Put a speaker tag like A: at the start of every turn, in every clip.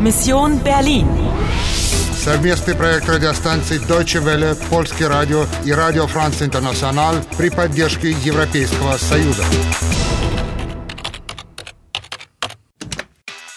A: Mission Berlin.
B: Совместный проект радиостанций Deutsche Welle, Польский радио и Радио Франц Интернационал при поддержке Европейского Союза.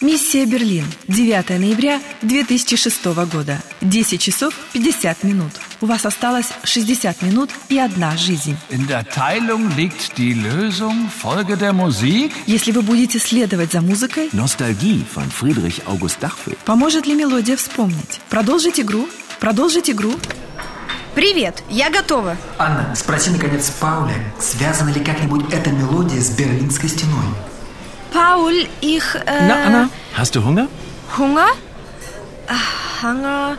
C: Миссия Берлин. 9 ноября 2006 года. 10 часов 50 минут. У вас осталось 60 минут и одна жизнь.
D: In der Teilung liegt die Lösung. Folge der Musik.
C: Если вы будете следовать за музыкой,
E: Nostalgie von Friedrich August Dachfeld.
C: поможет ли мелодия вспомнить? Продолжить игру? Продолжить игру?
F: Привет, я готова.
G: Анна, спроси наконец Пауля, связана ли как-нибудь эта мелодия с Берлинской стеной.
F: Paul, ich. Äh,
E: Na, Anna, hast du Hunger?
F: Hunger? Ah, Hunger,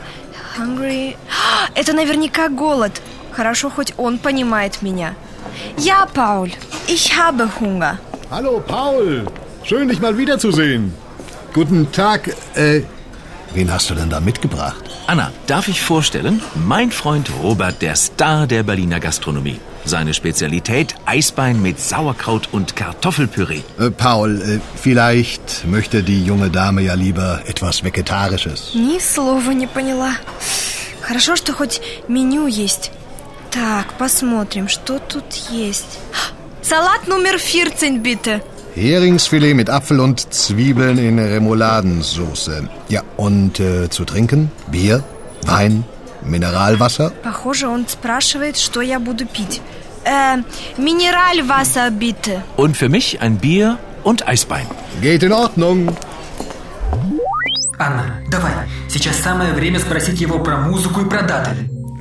F: hungry. А, Это наверняка голод. Хорошо, хоть он понимает меня. Я, Paul. Ich habe Hunger.
H: Hallo Paul, schön dich mal wiederzusehen.
I: Guten Tag. Äh, wen hast du denn da mitgebracht?
E: Anna, darf ich vorstellen? Mein Freund Robert, der Star der Berliner Gastronomie. Seine Spezialität Eisbein mit Sauerkraut und Kartoffelpüree.
I: Äh, Paul, äh, vielleicht möchte die junge Dame ja lieber etwas Vegetarisches.
F: Ни слова не поняла. Хорошо, что хоть меню есть. Так, посмотрим, что тут есть. Салат номер 14, bitte.
I: Heringsfilet mit Apfel und Zwiebeln in Remouladensauce. Ja, und äh, zu trinken? Bier, Wein, Mineralwasser?
F: Похоже, он спрашивает, что я буду пить. Э, минераль васа bitte.
E: Und für mich ein Bier und Eisbein.
I: Geht in Ordnung.
G: Анна, давай, сейчас самое время спросить его про музыку и про даты.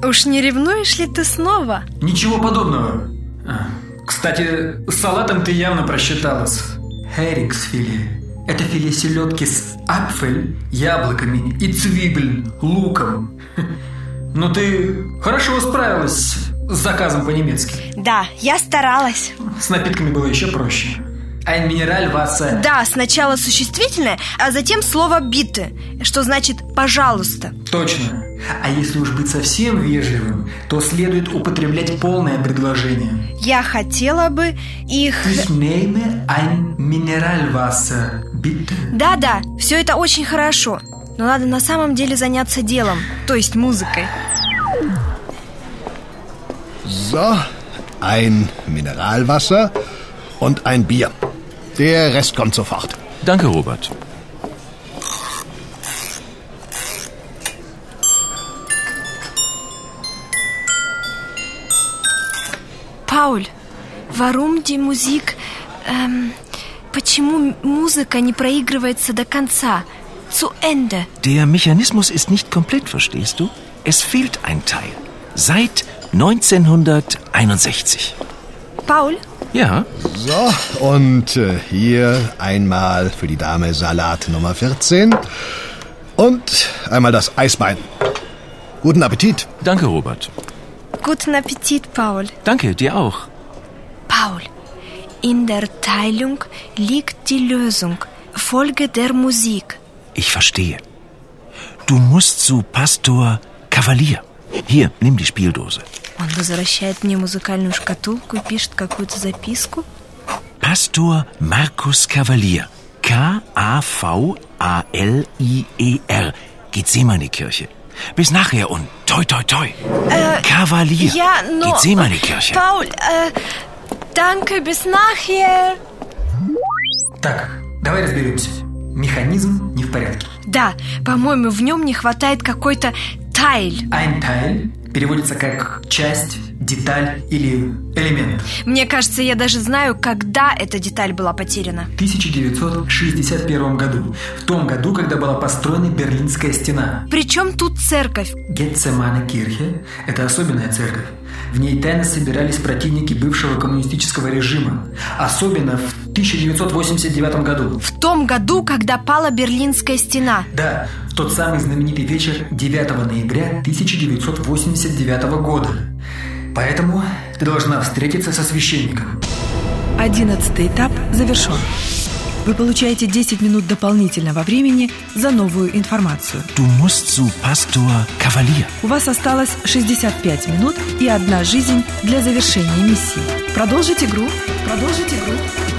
F: Уж не ревнуешь ли ты снова?
G: Ничего подобного. А, Кстати, с салатом ты явно просчиталась. Херикс филе. Это филе селедки с апфель, яблоками и цвибель, луком. Но ты хорошо справилась с заказом по-немецки.
F: Да, я старалась.
G: С напитками было еще проще. Ein минераль васа.
F: Да, сначала существительное, а затем слово «биты», что значит «пожалуйста».
G: Точно. А если уж быть совсем вежливым, то следует употреблять полное предложение.
F: Я хотела бы их...
G: Ich nehme ein Mineralwasser, bitte.
F: Да-да, все это очень хорошо. Но надо на самом деле заняться делом, то есть музыкой.
I: So, ein Mineralwasser und ein Bier. Der Rest kommt sofort.
E: Danke, Robert.
F: Пауль, warum die Musik... эм, почему музыка не проигрывается до конца? Zu Ende.
E: Der Mechanismus ist nicht komplett, verstehst du? Es fehlt ein Teil. Seit 1961.
F: Пауль,
E: Ja,
I: So, und äh, hier einmal für die Dame Salat Nummer 14 und einmal das Eisbein. Guten Appetit.
E: danke, Robert.
F: guten Appetit, Пауль.
E: Danke, dir auch.
F: Paul, in der Teilung liegt die Lösung. Folge der Musik.
E: Ich verstehe. Du musst zu Pastor Kavalier. Hier, nimm die Spieldose.
F: Он возвращает мне музыкальную шкатулку и пишет какую-то записку.
E: Pastor Markus Kavalier. K-A-V-A-L-I-E-R. E Gethsemane-Kirche. Bis nachher und toi toi toi. Kavalier.
F: Ja, no.
E: Gethsemane-Kirche.
F: Paul, äh, danke, bis nachher.
G: Так, давай разберемся. Механизм не в порядке.
F: Да, по-моему, в нем не хватает какой-то тайль.
G: Ein Teil переводится как часть, деталь или элемент.
F: Мне кажется, я даже знаю, когда эта деталь была потеряна.
G: В 1961 году, в том году, когда была построена Берлинская стена.
F: Причем тут церковь.
G: Гетцемана Кирхе – это особенная церковь. В ней тайно собирались противники бывшего коммунистического режима. Особенно в 1989 году.
F: В том году, когда пала Берлинская стена.
G: Да, в тот самый знаменитый вечер 9 ноября 1989 года. Поэтому ты должна встретиться со священником.
C: Одиннадцатый этап завершен. Вы получаете 10 минут дополнительного времени за новую информацию.
E: Du musst zu Pastor Kavalier.
C: У вас осталось 65 минут и одна жизнь для завершения миссии. Продолжить игру. Продолжить игру.